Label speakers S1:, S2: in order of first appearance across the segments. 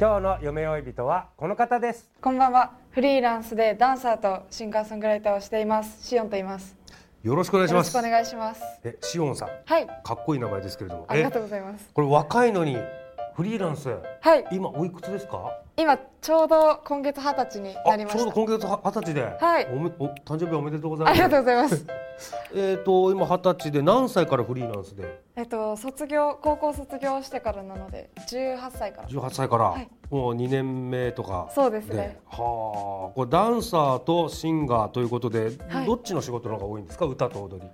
S1: 今日の夢追い人はこの方です
S2: こんばんは。フリーランスでダンサーとシンガーソングライターをしています。シオンと言います。
S3: よろしくお願いし
S2: よろ
S3: ま
S2: し
S3: す。
S2: くお願いします。
S3: え、シオンさん、
S2: はい。
S3: かっこいい名前ですけれども。
S2: ありがとうございます
S3: え。これ若いのにフリーランス。
S2: はい。
S3: 今おいくつですか？
S2: 今ちょうど今月二十歳になりま
S3: ちょう
S2: し
S3: ど今月は二十歳で。
S2: はい
S3: おめお誕生日おめでとうござい
S2: た。
S3: ます。
S2: ありがとうございます。
S3: えっ、と今二十歳で何歳からフリーランスで？
S2: えっと卒業高校卒業してからなので18歳から。
S3: 十八歳から、
S2: はい
S3: もう二年目とか。
S2: そうですね
S3: はあ、これダンサーとシンガーということで、
S2: はい
S3: どっちの仕事の方が多いんですか？歌と踊り。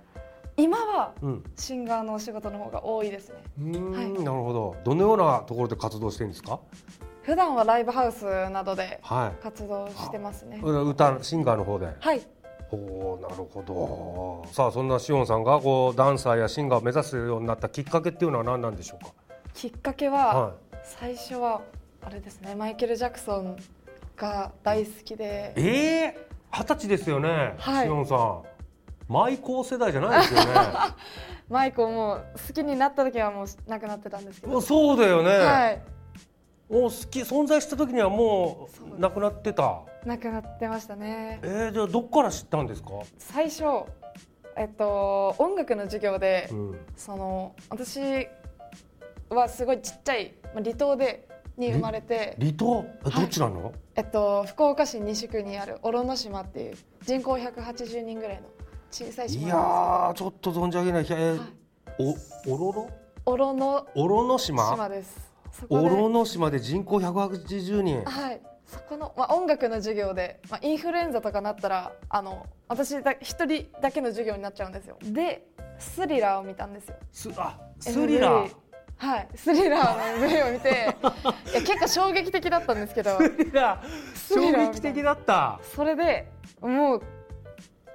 S2: 今は
S3: うん。
S2: シンガーのお仕事の方が多いですね。
S3: うーん、
S2: はい
S3: なるほど。どのようなところで活動してるんですか？
S2: 普段はライブハウスなどで
S3: はい。
S2: 活動してますね。
S3: 歌シンガーの方で。
S2: はい。
S3: おーなるほどさあそんなしおんさんがこうダンサーやシンガーを目指すようになったきっかけっていうのは何なんでしょう
S2: きっかけ
S3: か
S2: は
S3: は
S2: 最初はあれですねマイケルジャクソンが大好きで
S3: い、。ええ二十歳ですよね、
S2: はい
S3: しおんさんマイコー世代じゃないですよね
S2: マイクをもう好きになった時はもうなくなってたんですけ
S3: も
S2: ど
S3: う そうだよね、
S2: はい
S3: もう好き存在した時にはも
S2: そうです
S3: うなくなってた
S2: なくなってましたね
S3: えー、じゃあどっから知ったんですか、
S2: 最初えっと音楽の授業で、
S3: うん、
S2: その私はすごいちっちゃい、まあ、離島でに生まれて
S3: 離島えどっちなの、
S2: えっと福岡市西区にある小呂之島っていう人口180人ぐらいの小さい
S3: い、
S2: 島
S3: や
S2: なんで
S3: ーちょっと存じ上げない、えー
S2: はい
S3: おおろろ
S2: す小呂の
S3: おろの
S2: 島
S3: 島
S2: ですそこ
S3: お
S2: で
S3: ろの島で人口180人
S2: はい、そこの、まあ、音楽の授業で、まあ、インフルエンザとかなったらあの私だ一人だけの授業になっちゃうんですよでスリラーを見たんですよ
S3: すあスリラ
S2: MV
S3: ー
S2: はいスリラーの MV を見ていや結構衝撃的だったんですけど
S3: スリラ
S2: スリラー
S3: 衝撃的だった
S2: それでもう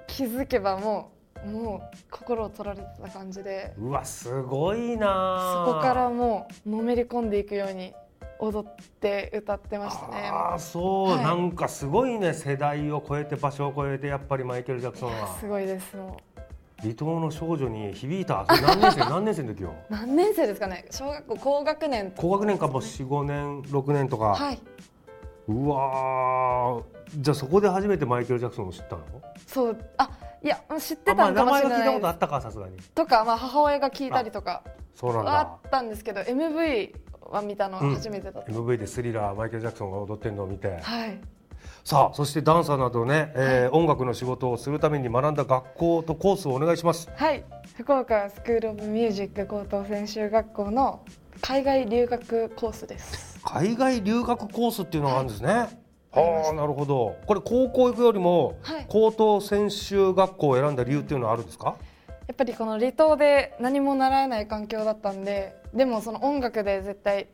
S2: 気づけばもうもう心を取られてた感じで
S3: うわすごい
S2: そ
S3: な
S2: こからもうのめり込んでいくように踊って歌ってましたね
S3: ああそう、
S2: はい
S3: なんかすごいね世代を超えて場所を超えてやっぱりマイケル・ジャクソン
S2: いや
S3: は
S2: すごいですもう
S3: 離島の少女に響いたそれ何年生何年生の時よ
S2: 何年生ですかね小学校高学年とか
S3: 高学年かも45年6年とか、
S2: はいう
S3: わーじゃあそこで初めてマイケル・ジャクソンを知ったの
S2: そうあいや知って
S3: あま
S2: た
S3: あ
S2: のか
S3: 名
S2: も
S3: 前
S2: しれ
S3: は聞い
S2: な
S3: た
S2: い
S3: こ
S2: で
S3: とあ
S2: す
S3: ったかさすがに
S2: とか、まあ、母親が聞いたりとか
S3: そうなん
S2: はあ
S3: だ
S2: ったんですけど MV は見たのは初めてだった、
S3: MV でスリラーマイケル・ジャクソンが踊ってるのを見て、
S2: はい
S3: さあそしてダンサーなどね、えー音楽の仕事をするために学んだ学校とコースをお願いします
S2: はい福岡スクール・オブ・ミュージック高等専修学校の海外留学コースです
S3: 海外留学コースっていうのがあるんですね、
S2: ありま
S3: は
S2: し
S3: あなるほどこれ高校行くよりも
S2: はい
S3: 高等専修学校を選んだ理由っていうのはあるんですか、
S2: やっぱりこの離島で何も習えない環境だったんででもその音楽で絶対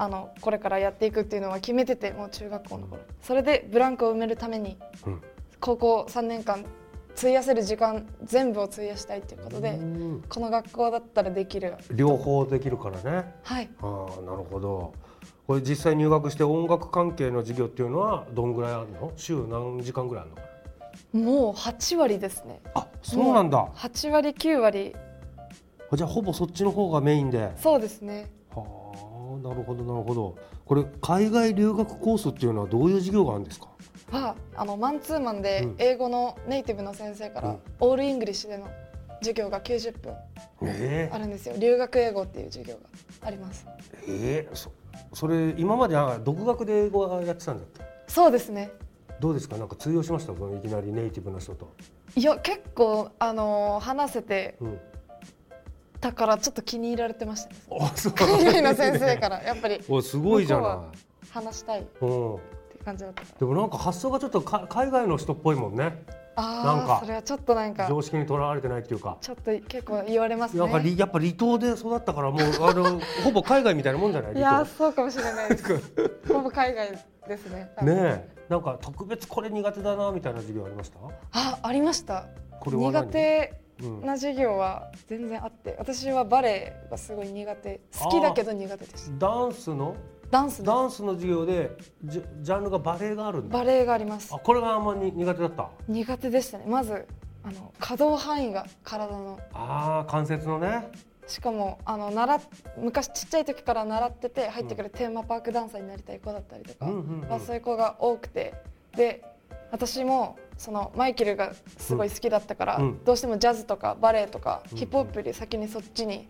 S2: あのこれからやっていくっていうのは決めててもう中学校の頃それでブランクを埋めるために
S3: うん
S2: 高校3年間費やせる時間全部を費やしたいっていうことで
S3: うん
S2: この学校だったらできる
S3: 両方できるからね
S2: はい
S3: ああなるほどこれ実際入学して音楽関係の授業っていうのはどんぐらいあるの週何時間ぐらいあるの
S2: もう8割ですね
S3: あそうなんだ
S2: 8割9割
S3: じゃあほぼそっちの方がメインで
S2: そうですね
S3: はあなるほどなるほどこれ海外留学コースっていうのはどういう授業があるんですか
S2: はあのマンツーマンで
S3: うん
S2: 英語のネイティブの先生か
S3: う
S2: ら
S3: ん
S2: オールイングリッシュでの授業が90分
S3: え
S2: あるんですよ留学英語っていう授業があります
S3: えええそそれ今まであ独学で英語はやってたんだっけ
S2: そうですね
S3: どうですかなんか通用しましたそのいきなりネイティブな人と、
S2: いや結構あの話せて
S3: うん、
S2: たからちょっと気に入られてました
S3: あ そう
S2: 海 外の先生からやっぱり
S3: おすごいじゃ
S2: 向こ
S3: な
S2: 話したいっ
S3: い、うん、
S2: て感じだったから
S3: でもなんか発想がちょっとか海外の人っぽいもんねなん
S2: あ
S3: か
S2: あそれはちょっとなんか
S3: 常識にとらわれてないっていうか
S2: ちょっと結構言われますね
S3: なんかりやっぱ離島で育ったからもうあのほぼ海外みたいなもんじゃない
S2: いや
S3: 離
S2: ーそうかもしれないですほぼ海外ですね
S3: 島 ねえなんか特別これ苦手だなみたいな授業ありました
S2: あありました
S3: これは
S2: 苦
S3: 何、
S2: 手
S3: うん、
S2: な授業は全然あって私はバレエがすごい苦手好きだけど苦手でした
S3: ダンスの
S2: ダンスです
S3: ダンスの授業でジャジャンルがバレエがあるんだ
S2: バレエがあります
S3: あこれがあんまり苦手だった
S2: 苦手でしたねまずあの可動範囲が体の
S3: あー関節のね
S2: しかもあの習っ昔ちっちゃい時から習ってて入ってくるテーマパークダンサーになりたい子だったりとか、
S3: うんうんうん
S2: まあ、そういう子が多くてで私もそのマイケルがすごい好きだったから、
S3: うんうん
S2: どうしてもジャズとかバレエとか、
S3: うん
S2: ヒップホップより先にそっちに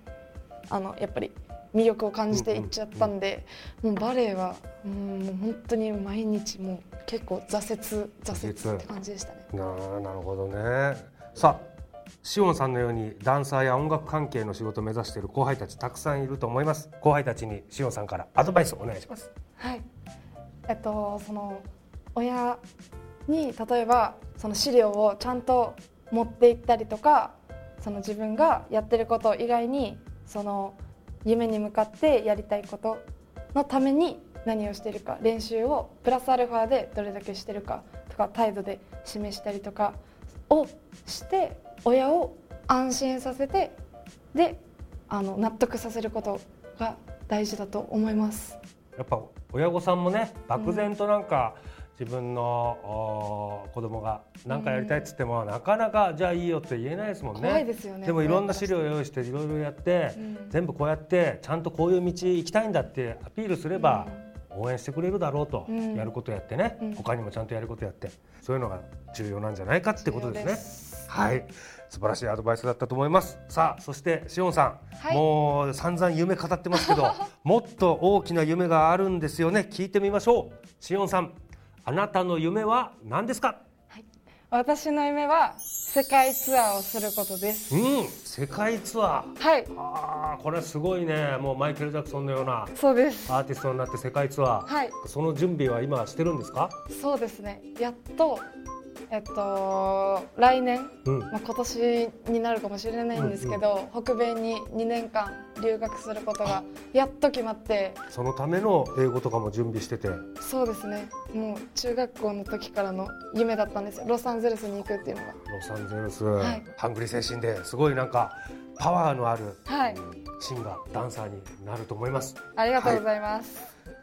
S2: あのやっぱり魅力を感じていっちゃったんで、もうバレエはうんもう本当に毎日もう結構挫折挫折って感じでしたね。
S3: なあなるほどねさあシオンさんのようにダンサーや音楽関係の仕事を目指している後輩たちたくさんいると思います後輩たちにシオンさんからアドバイスをお願いします
S2: はい。えっとその親に例えばその資料をちゃんと持って行ったりとか、その自分がやってること以外にその夢に向かってやりたいことのために何をしてるか練習をプラスアルファでどれだけしてるかとか態度で示したりとかをして親を安心させてであの納得させることが大事だと思います。
S3: やっぱ親御さんもね漠然となんか、自分のお子供が何かやりたいっつっても、なかなかじゃあいいよって言えないですもんね
S2: 怖いですよね
S3: でもいろんな資料を用意していろいろやって、
S2: うん
S3: 全部こうやってちゃんとこういう道行きたいんだってアピールすれば、応援してくれるだろうと、
S2: うん
S3: やることやってね、
S2: うん
S3: 他にもちゃんとやることやってそういうのが重要なんじゃないかってことですね
S2: 重要です
S3: はい素晴らしいアドバイスだったと思いますさあそしてしおんさん、
S2: はい
S3: もう散々夢語ってますけ どもっと大きな夢があるんですよね聞いてみましょうしおんさんあなたの夢は何ですか
S2: 私の夢は世界ツアーをすることです
S3: うん世界ツアー
S2: はい
S3: あーこれすごいねもうマイケル・ジャクソンのような
S2: そうです
S3: アーティストになって世界ツアー、
S2: はい
S3: その準備は今してるんですか
S2: そうですねやっとえっと来年、
S3: うん
S2: まあ、今年になるかもしれないんですけど、北米に2年間留学することがやっと決まって
S3: そのための英語とかも準備してて
S2: そうですねもう中学校の時からの夢だったんですよロサンゼルスに行くっていうのが
S3: ロサンゼルス、
S2: い
S3: ハングリー精神ですごいなんかパワーのある、
S2: はい
S3: シンガーダンサーになると思います
S2: ありがとうございます、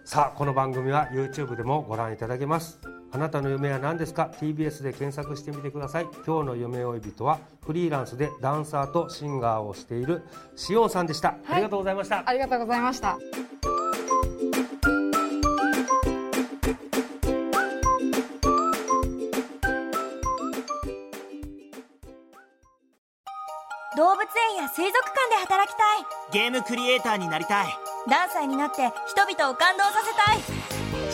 S3: さあこの番組は YouTube でもご覧いただけますあなたの夢は何ですか TBS で検索してみてください今日の夢追い人はフリーランスでダンサーとシンガーをしているしおんさんでした、ありがとうございました
S2: ありがとうございました
S4: 動物園や水族館で働きたい
S5: ゲームクリエイターになりたい
S4: ダンサーになって人々を感動させたい